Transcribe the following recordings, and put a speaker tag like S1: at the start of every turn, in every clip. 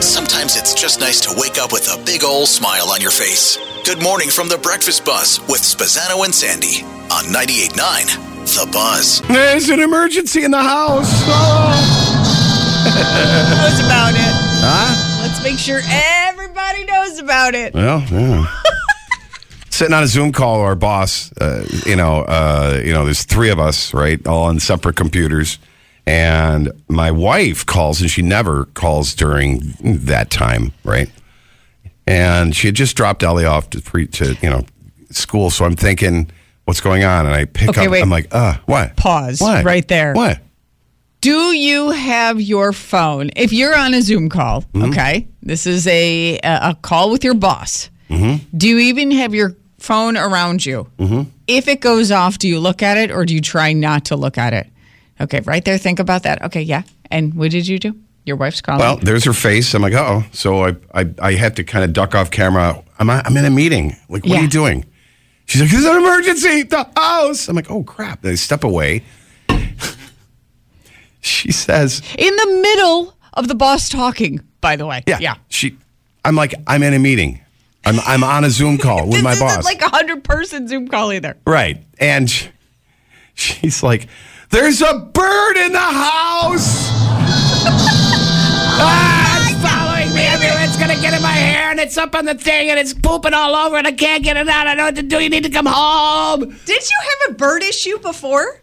S1: Sometimes it's just nice to wake up with a big ol' smile on your face. Good morning from the Breakfast Buzz with Spazzano and Sandy on 98.9 The Buzz.
S2: There's an emergency in the house. Oh.
S3: knows about it. Huh? Let's make sure everybody knows about it.
S2: Well, yeah. Sitting on a Zoom call, with our boss, uh, you know, uh, you know, there's three of us, right, all on separate computers, and my wife calls, and she never calls during that time, right? And she had just dropped Ellie off to, pre- to you know, school, so I'm thinking, what's going on? And I pick
S3: Okay,
S2: up,
S3: wait.
S2: I'm like, uh, what?
S3: Pause
S2: What?
S3: right there.
S2: What?
S3: Do you have your phone? If you're on a Zoom call,
S2: Mm-hmm.
S3: okay, this is a a a call with your boss.
S2: Mm-hmm.
S3: Do you even have your phone around you? If it goes off, do you look at it or do you try not to look at it? Okay, right there. Think about that. Okay, yeah. And what did you do? Your wife's calling.
S2: Well, there's her face. I'm like, oh. So I, I, I have to kind of duck off camera. I'm, I'm in a meeting. Like, what are
S3: Yeah.
S2: you doing? She's like, there's an emergency. The house. I'm like, oh, crap. And I step away. she says,
S3: in the middle of the boss talking. By the way,
S2: yeah.
S3: yeah.
S2: She, I'm like, I'm in a meeting. I'm, I'm on a Zoom call Oh, with
S3: this
S2: my
S3: isn't
S2: boss.
S3: like a hundred person Zoom call either.
S2: right. And sh- she's like, there's a bird in the house. Ah, it's following me everywhere. It's gonna get in my hair, and it's up on the thing, and it's pooping all over, and I can't get it out. I don't know what to do. You need to come home.
S3: Did you have a bird issue before?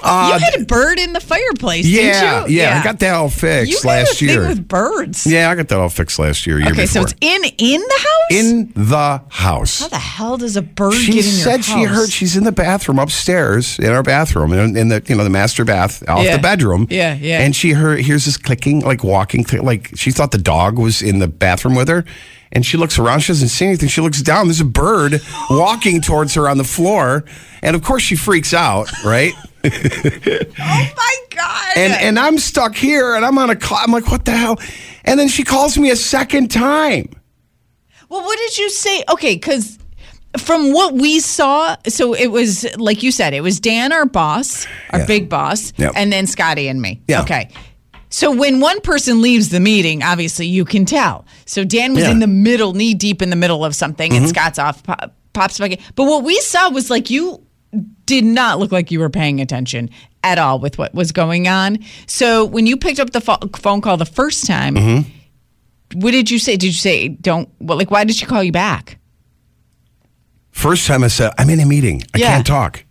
S3: you had a bird in the fireplace,
S2: Uh, Yeah, yeah,
S3: didn't you?
S2: I got that all fixed
S3: you got a
S2: last
S3: thing
S2: year.
S3: with birds.
S2: yeah, I got that all fixed last year. year
S3: Okay, so
S2: before.
S3: it's in in the house.
S2: in the house.
S3: how the hell does a bird
S2: she
S3: get in your
S2: said she
S3: house?
S2: heard she's in the bathroom upstairs in our bathroom in, in the you know the master bath off
S3: Yeah.
S2: the bedroom
S3: Yeah, yeah.
S2: and she heard hears this clicking like walking click, like she thought the dog was in the bathroom with her and she looks around she doesn't see anything she looks down there's a bird walking towards her on the floor and of course she freaks out right
S3: Oh my god!
S2: and and I'm stuck here and I'm on a call I'm like what the hell and then she calls me a second time
S3: well, what did you say? Okay, because from what we saw, so it was like you said, it was Dan, our boss, our
S2: Yeah.
S3: big boss,
S2: Yep.
S3: and then Scotty and me.
S2: Yeah.
S3: Okay. So when one person leaves the meeting, obviously you can tell. So Dan
S2: Yeah.
S3: was
S2: Mm-hmm.
S3: in the middle, knee deep in the middle of something, and Scott's off pop, pops back in. But what we saw was like you did not look like you were paying attention at all with what was going on. So when you picked up the pho- phone call the first time,
S2: Mm-hmm.
S3: what did you say? Did you say don't? What, like why did she call you back?
S2: First time I said, I'm in a meeting. I
S3: Yeah.
S2: can't talk.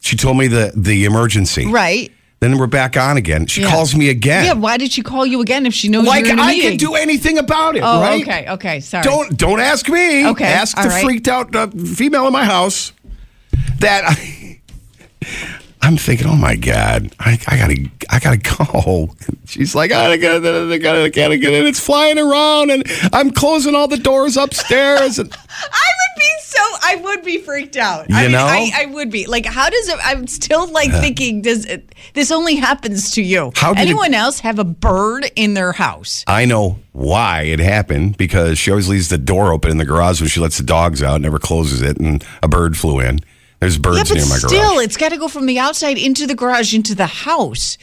S2: She told me the, the emergency.
S3: Right.
S2: Then we're back on again. She
S3: Yeah.
S2: calls me
S3: Yeah.
S2: again.
S3: Why did she call you again if she knows
S2: like
S3: you're in a
S2: I
S3: meeting?
S2: can do anything about it,
S3: Oh,
S2: right?
S3: okay. Okay. Sorry.
S2: Don't don't ask me.
S3: Okay,
S2: Ask
S3: all
S2: the
S3: right.
S2: freaked out uh, female in my house that I, I'm thinking, oh my god, I, I gotta I gotta go. She's like, I gotta, I gotta, I gotta get it. It's flying around, and I'm closing all the doors upstairs. And,
S3: I would be so. I would be freaked out. I
S2: You
S3: mean,
S2: know?
S3: I, I would be like, how does it? I'm still like thinking, does it, this only happens to you?
S2: How did it-
S3: anyone else have a bird in their house?
S2: I know why it happened because she always leaves the door open in the garage when she lets the dogs out, never closes it, and a bird flew in. There's
S3: Yeah,
S2: birds
S3: but
S2: near my
S3: still,
S2: garage.
S3: it's got to go from the outside into the garage into the house.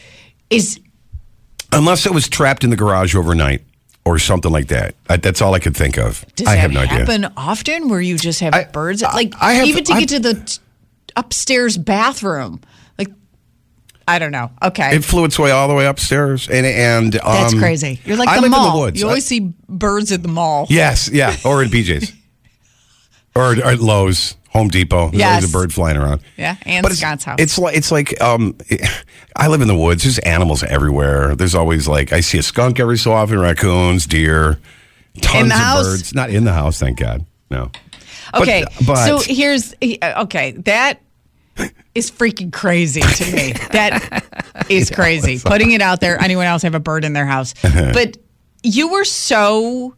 S3: Is
S2: Unless it was trapped in the garage overnight or something like that. I, that's all I could think of.
S3: does
S2: I
S3: that
S2: have no idea.
S3: happen often where you just have
S2: I-
S3: birds?
S2: I-
S3: Like
S2: I have-
S3: even to
S2: I-
S3: get to the t- upstairs bathroom, like I don't know. Okay.
S2: It flew its way all the way upstairs, and and um,
S3: That's crazy. You're like
S2: I
S3: the
S2: live
S3: mall.
S2: in the woods.
S3: You always
S2: I-
S3: see birds at the mall.
S2: yes, yeah, or in PJs, or, or at Lowe's, Home Depot. There's always
S3: Yes.
S2: a bird flying around.
S3: Yeah, and
S2: But it's-
S3: Scott's house.
S2: It's like it's like um, I live in the woods. There's animals everywhere. There's always like I see a skunk every so often, raccoons, deer, tons
S3: the
S2: of
S3: house?
S2: birds. Not in the house, thank God. No. But-
S3: Okay.
S2: but-
S3: so here's uh, okay. That is freaking crazy to me. That is crazy. Putting it out there. Anyone else have a bird in their house?
S2: Uh-huh.
S3: but you were so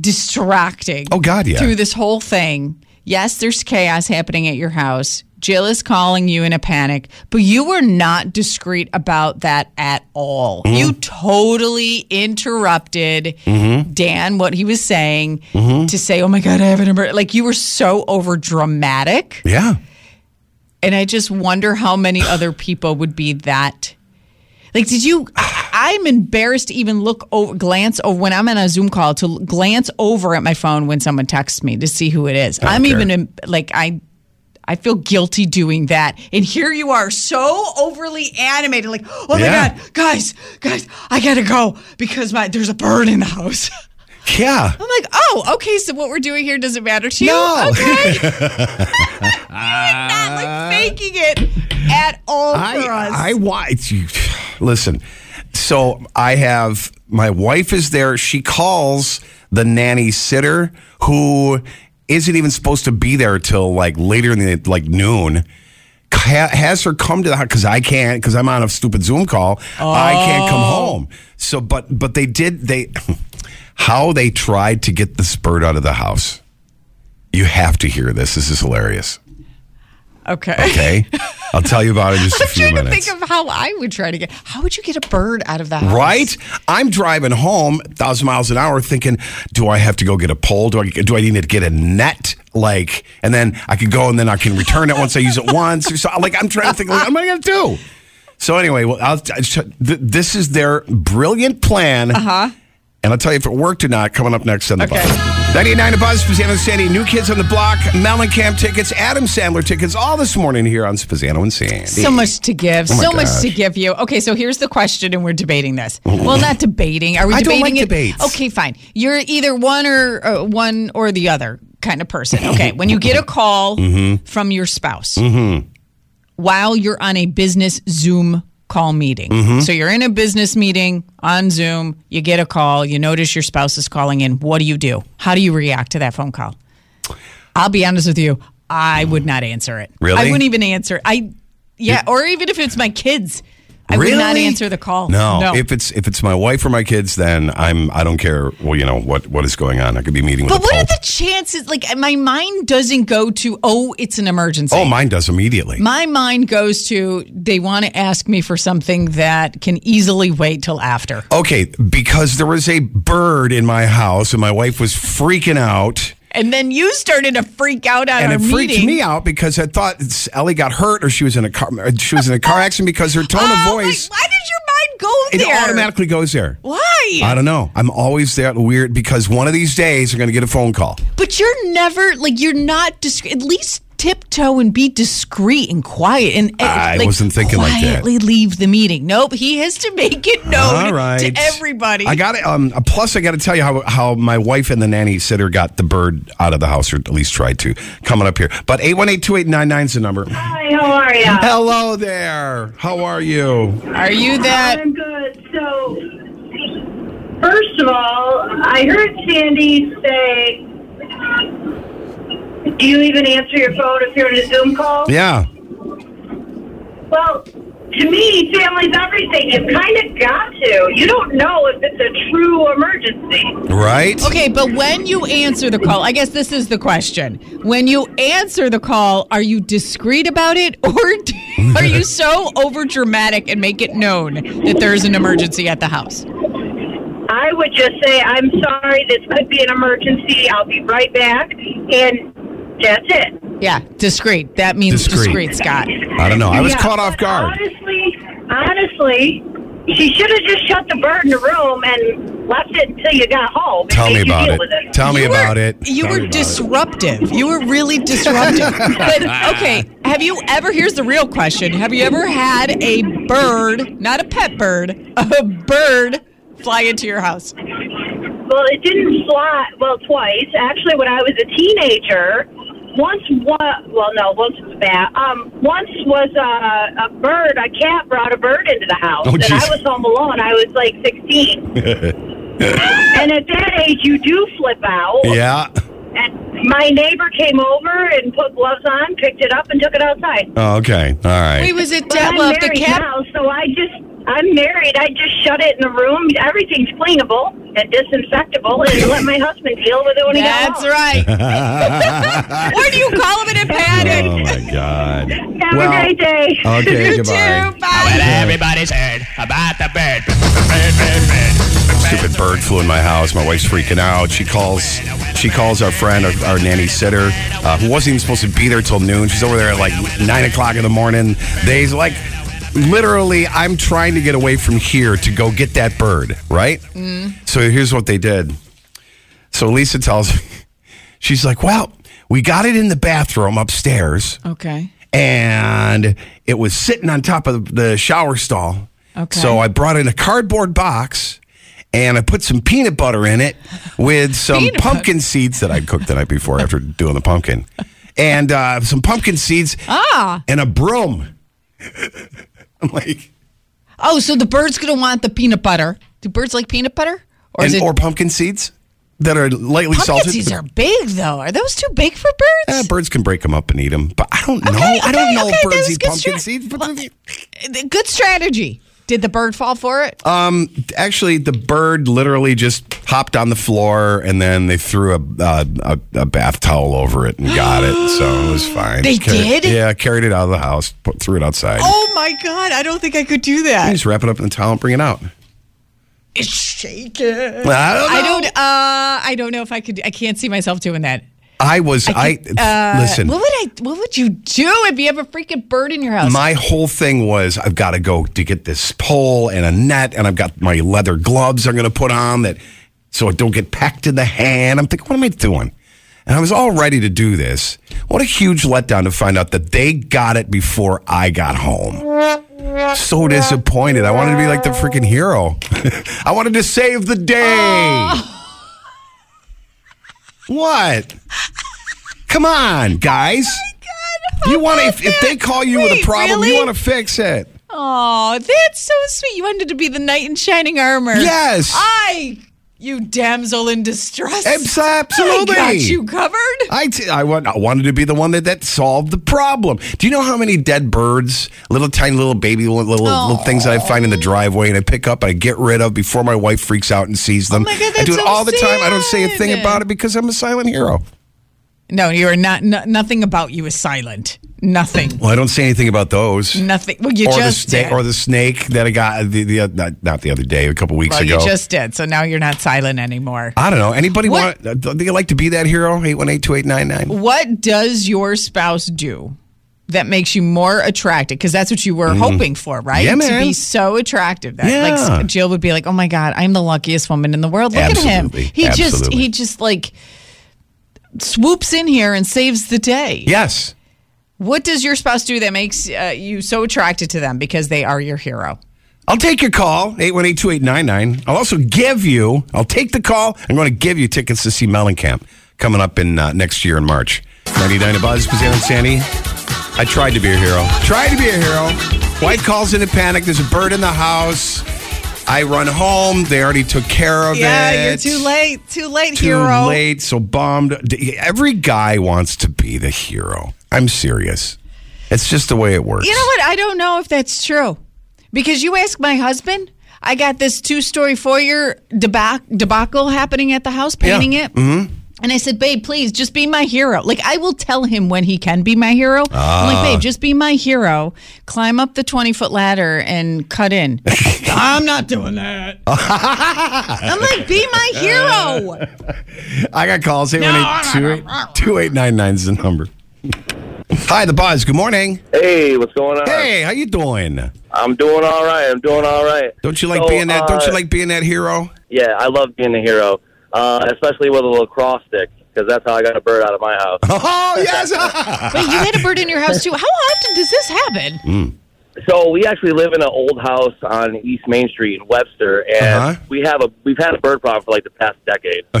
S3: distracting.
S2: Oh, God, yeah.
S3: Through this whole thing. Yes, there's chaos happening at your house. Jill is calling you in a panic, but you were not discreet about that at all.
S2: Mm-hmm.
S3: You totally interrupted
S2: Mm-hmm.
S3: Dan what he was saying to say, "Oh my God, I have an emergency!" Like you were so over dramatic,
S2: yeah.
S3: and I just wonder how many other people would be that. Like, did you? I'm embarrassed to even look over, glance over when I'm on a Zoom call to l- glance over at my phone when someone texts me to see who it is. I'm
S2: care.
S3: even em- like I. I feel guilty doing that. And here you are, so overly animated, like, oh my
S2: Yeah.
S3: God, guys, guys, I gotta go because my there's a bird in the house.
S2: Yeah.
S3: I'm like, oh, okay, so what we're doing here doesn't matter to you?
S2: No.
S3: Okay. You're not like faking it at all for us.
S2: I, I why you listen. So I have my wife is there. She calls the nanny sitter who isn't even supposed to be there till like later in the like noon. Ha- has her come to the house because I can't because I'm on a stupid Zoom call. I can't come
S3: Oh.
S2: home. So, but but they did they how they tried to get this bird out of the house. You have to hear this. This is hilarious.
S3: okay.
S2: Okay, I'll tell you about it in just a
S3: I'm
S2: few
S3: trying
S2: minutes.
S3: to think of how I would try to get. How would you get a bird out of the house?
S2: Right? I'm driving home, thousand miles an hour, thinking, do I have to go get a pole? Do I do I need to get a net? Like, and then I could go and then I can return it once I use it once. Or so, like, I'm trying to think, like, what am I going to do? So anyway, well, I'll, I sh- th- this is their brilliant plan. Uh huh. And I'll tell you if it worked or not coming up next on the
S3: Uh-huh. Okay.
S2: bus. 99 to Buzz, Spazzano and Sandy, New Kids on the Block, Mellencamp tickets, Adam Sandler tickets, all this morning here on Spazzano and Sandy.
S3: So much to give.
S2: Oh my
S3: so much
S2: gosh. Mm-hmm.
S3: to give you. Okay, so here's the question, and we're debating this. Well, not debating. Are we
S2: I don't
S3: debating
S2: like
S3: it?
S2: debates.
S3: Okay, fine. You're either one or uh, one or the other kind of person. Okay, when you get a call
S2: Mm-hmm.
S3: from your spouse while you're on a business Zoom call meeting.
S2: Mm-hmm.
S3: So you're in a business meeting on Zoom, you get a call, you notice your spouse is calling in. What do you do? How do you react to that phone call? I'll be honest with you, I would not answer it.
S2: Really?
S3: I wouldn't even answer. I yeah, or even if it's my kids, I would not
S2: Really?
S3: answer the call.
S2: No, if it's if it's my wife or my kids, then I'm I don't care. Well, you know what what is going on. I could be meeting with.
S3: but
S2: a
S3: what are
S2: pulp.
S3: the chances? Like my mind doesn't go to oh, it's an emergency.
S2: Oh, mine does immediately.
S3: My mind goes to they want to ask me for something that can easily wait till after.
S2: okay, because there was a bird in my house, and my wife was freaking out.
S3: And then you started to freak out at
S2: And
S3: our
S2: it freaked
S3: meeting.
S2: me out because I thought Ellie got hurt or she was in a car she was in a car accident because her tone
S3: Oh,
S2: of
S3: my-
S2: voice
S3: why did your mind
S2: it
S3: go there?
S2: automatically goes there.
S3: Why?
S2: I don't know. I'm always that weird because one of these days you're going to get a phone call.
S3: But you're never like you're not disc- at least tiptoe and be discreet and quiet and and,
S2: I
S3: like,
S2: wasn't thinking like that.
S3: Quietly leave the meeting. Nope, he has to make it known
S2: All right.
S3: to everybody.
S2: I got it. Um, plus, I got to tell you how, how my wife and the nanny sitter got the bird out of the house, or at least tried to. Coming up here. But 818 2899 is the number.
S4: Hi, how are ya?
S2: Hello there. How are you?
S3: Are you that?
S4: I'm good. So, first of all, I heard Sandy say, "Do you even answer your phone if you're in a Zoom call?"
S2: Yeah.
S4: Well, to me, family's everything. You've kind of got to. You don't know if it's a true emergency.
S2: Right?
S3: Okay, but when you answer the call, I guess this is the question. When you answer the call, are you discreet about it or do- are you so over dramatic and make it known that there's an emergency at the house?
S4: I would just say, "I'm sorry. This could be an emergency. I'll be right back," and that's it.
S3: Yeah, discreet. That means
S2: Discreet.
S3: discreet Scott.
S2: I don't know. I was
S4: Yeah,
S2: caught off
S4: but
S2: guard.
S4: Honestly, honestly, She should have just shut the bird in the room and left it until you got home. and
S2: Tell
S4: made
S2: me
S4: you
S2: about
S4: deal
S2: it.
S4: with it.
S2: Tell me
S3: You were-
S2: about it.
S3: You
S2: Tell
S3: were
S2: me about it.
S3: disruptive. You were really disruptive. but okay, have you ever? Here's the real question: Have you ever had a bird, not a pet bird, a bird fly into your house?
S4: Well, it didn't fly. Well, twice actually. When I was a teenager, once what? Well, no, once was bad. Um, once was uh, a, a bird. A cat brought a bird into the house,
S2: Oh,
S4: and
S2: geez.
S4: I was home alone. I was like sixteen, and at that age, you do flip out.
S2: Yeah.
S4: And my neighbor came over and put gloves on, picked it up, and took it outside.
S2: Oh, okay. All right.
S3: Wait, was it
S4: But I'm
S3: Detlef the
S4: married
S3: cat?
S4: now, so I just. I'm married. I just shut it in the room. Everything's cleanable and disinfectable, and let my husband deal with it when he got
S3: That's
S4: home.
S3: right. Where do you call him in a panic?
S2: oh my God.
S4: Have
S2: Well,
S4: a great day.
S2: Okay.
S3: You
S2: goodbye.
S3: too. Bye.
S5: Everybody's heard about the bird. Bird, bird, bird.
S2: Stupid bird flew in my house. My wife's freaking out. She calls. She calls our friend, our, our nanny sitter, uh, who wasn't even supposed to be there till noon. She's over there at like nine o'clock in the morning. They's like, literally, I'm trying to get away from here to go get that bird. Right.
S3: Mm.
S2: So here's what they did. So Lisa tells, she's like, "Well, we got it in the bathroom upstairs."
S3: Okay.
S2: and it was sitting on top of the shower stall.
S3: Okay.
S2: So I brought in a cardboard box and I put some peanut butter in it with some
S3: Peanut butter.
S2: pumpkin seeds that I cooked the night before after doing the pumpkin. And uh, some pumpkin seeds
S3: Ah.
S2: and a broom. I'm like,
S3: Oh, so the bird's gonna want the peanut butter. Do birds like peanut butter? Or
S2: and,
S3: is it
S2: or pumpkin seeds that are lightly
S3: pumpkin
S2: salted.
S3: seeds are big though? Are those too big for
S2: Eh,
S3: birds?
S2: birds can break them up and eat them, but I don't know.
S3: Okay,
S2: I don't
S3: okay,
S2: know
S3: okay,
S2: if birds
S3: that's
S2: eat
S3: good
S2: pumpkin
S3: strat-
S2: seeds. But
S3: Good strategy. Did the bird fall for it?
S2: Uh, actually the bird literally just hopped on the floor and then they threw a uh, a, a bath towel over it and got it so it was fine
S3: They
S2: Carried-
S3: did?
S2: yeah carried it out of the house put, threw it outside
S3: oh my god! I don't think I could do
S2: You
S3: that.
S2: just wrap it up in the towel and bring it out
S3: It's shaking.
S2: I don't know.
S3: I don't. Uh, I don't know if I could. I can't see myself doing that.
S2: I was I, listen
S3: uh, What would I? What would you do if you have a freaking bird in your house?
S2: my whole thing was I've got to go to get this pole and a net, and I've got my leather gloves I'm going to put on that so it don't get packed in the hand. I'm thinking, what am I doing? And I was all ready to do this. What a huge letdown to find out that they got it before I got home. So disappointed. I wanted to be like the freaking hero. I wanted to save the day. What? Come on, guys. You want to, if, if they call you with a
S3: Wait,
S2: problem, you
S3: really?
S2: want to fix it.
S3: oh, that's so sweet. You wanted to be the knight in shining armor.
S2: Yes.
S3: I, you damsel in distress.
S2: Abs-
S3: I got
S2: absolutely.
S3: you covered.
S2: I, t- I, want, I wanted to be the one that, that solved the problem. Do you know how many dead birds, little tiny little baby little, little, little things that I find in the driveway and I pick up and I get rid of before my wife freaks out and sees them?
S3: Oh my God,
S2: I
S3: that's
S2: do it
S3: so
S2: all the time. I don't say a thing
S3: sad.
S2: about it because I'm a silent hero.
S3: No, you are not. No, nothing about you is silent. Nothing.
S2: Well, I don't say anything about those.
S3: Nothing. Well, Mm, you
S2: or
S3: just
S2: the snake,
S3: did.
S2: or the snake that I got the, the uh, not, not the other day, a couple weeks
S3: well,
S2: ago.
S3: you just did. So now you're not silent anymore.
S2: I don't know. Anybody
S3: What-
S2: want? uh, Do you like to be that hero? Eight one eight two eight nine nine.
S3: What does your spouse do that makes you more attracted? Because that's what you were hoping for, right?
S2: Mm. Yeah,
S3: To
S2: man.
S3: be so attractive that
S2: Yeah.
S3: like Jill would be like, "Oh my god, I'm the luckiest woman in the world. Look at
S2: Absolutely.
S3: him. He just
S2: Absolutely.
S3: he just like swoops in here and saves the day."
S2: Yes.
S3: What does your spouse do that makes uh, you so attracted to them because they are your hero?
S2: I'll take your call, 818-2899. I'll also give you, I'll take the call. I'm going to give you tickets to see Mellencamp coming up in uh, next year in March. 99 to Buzz, Pizzano and Sandy. I tried to be a hero. Tried to be a hero. White calls in a panic. There's a bird in the house. I run home. They already took care of it.
S3: Yeah, you're too late. Too late,
S2: Too
S3: hero.
S2: late. So bummed. D- Every guy wants to be the hero. I'm serious. It's just the way it works.
S3: You know what? I don't know if that's true. Because you ask my husband, I got this two story foyer debac- debacle happening at the house, painting it. Mm-hmm. And I said, babe, please just be my hero. Like, I will tell him when he can be my hero. I'm like,
S2: Ah.
S3: babe, just be my hero. Climb up the 20 foot ladder and cut in. I'm not doing that. I'm like, be my hero.
S2: I got calls. 818-2899 is the number. Hi, the buzz. Good morning.
S6: Hey, what's going on?
S2: Hey, how you doing?
S4: I'm doing all right. I'm doing all right.
S2: Don't you like
S4: So,
S2: being that? don't you
S4: uh,
S2: like being that hero?
S4: Yeah, I love being a hero, uh, especially with a lacrosse stick, because that's how I got a bird out of my house.
S2: Oh yes.
S3: Wait, you had a bird in your house too. How often does this happen?
S2: Mm-hmm.
S4: So we actually live in an old house on East Main Street in Webster, and
S2: Uh-huh.
S4: we have a we've had a bird problem for like the past decade.
S2: Oh,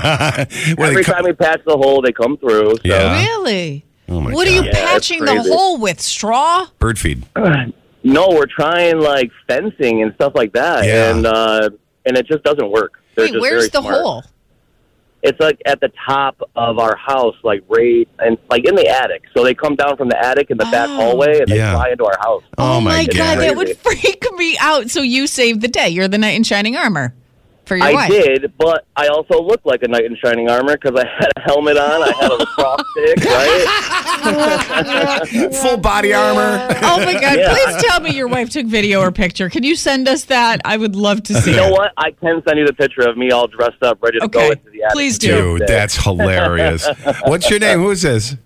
S2: jeez. What do they
S4: Every
S2: ca-
S4: time we patch the hole, they come through. So.
S2: Yeah.
S3: Really?
S2: Oh, my
S3: what are
S2: God.
S3: you
S4: Yeah, it's
S3: patching the
S4: crazy.
S3: hole with? Straw?
S2: bird feed.
S4: Oh No, we're trying like fencing and stuff like that,
S2: Yeah.
S4: and uh, and it just doesn't work. They're
S3: Wait,
S4: just
S3: where's
S4: very
S3: the
S4: smart.
S3: hole?
S4: It's like at the top of our house, like right and like in the attic. So they come down from the attic in the back
S3: Oh.
S4: hallway and they
S2: Yeah.
S4: fly into our house.
S2: Oh, my
S3: my
S2: God.
S3: God, that would freak me out. So you saved the day. You're the knight in shining armor for your
S4: I
S3: wife.
S4: did, but I also looked like a knight in shining armor because I had a helmet on, I had a cross stick, right?
S2: Full body armor.
S3: Oh my God!
S4: Yeah.
S3: Please tell me your wife took video or picture. Can you send us that? I would love to see.
S4: You know
S3: it.
S4: what? I can send you the picture of me all dressed up, ready to
S3: Okay.
S4: go into the attic.
S3: Please do.
S2: Dude, that's hilarious. What's your name? Who's this?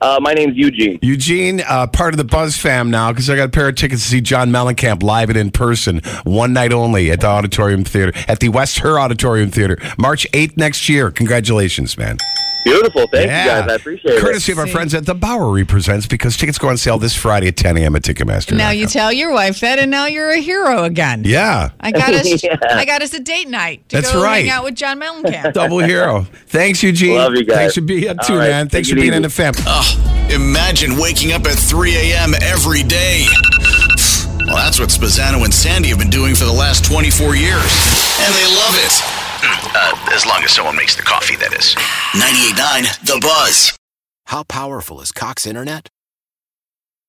S4: Uh, my name's Eugene.
S2: Eugene, uh, part of the Buzz fam now, because I got a pair of tickets to see John Mellencamp live and in person, one night only at the Auditorium Theater, at the West Her Auditorium Theater, March 8th next year. Congratulations, man.
S4: Beautiful. Thank you
S2: Yeah.
S4: guys. I appreciate it.
S2: Courtesy of our friends at the Bowery Presents, because tickets go on sale this Friday at 10 a.m. at Ticketmaster.
S3: Now you tell your wife that, and now you're a hero again.
S2: yeah.
S3: I got us.
S4: Yeah.
S3: I got us a date night to
S2: That's
S3: go
S2: right.
S3: hang out with John Mellencamp.
S2: Double hero. Thanks, Eugene.
S4: Love you guys.
S2: Thanks for being up
S4: All
S2: too,
S4: right,
S2: man.
S4: take
S2: Thanks
S4: it
S2: for being
S4: easy.
S2: in the fam.
S7: Imagine waking up at 3 a.m. every day. Well, that's what Spazzano and Sandy have been doing for the last 24 years. And they love it. Uh, as long as someone makes the coffee, that is. 98.9 The Buzz.
S1: How powerful is Cox Internet?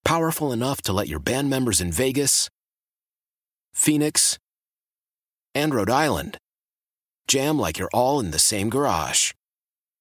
S1: Powerful enough to let your band members in Vegas, Phoenix, and Rhode Island jam like you're all in the same garage.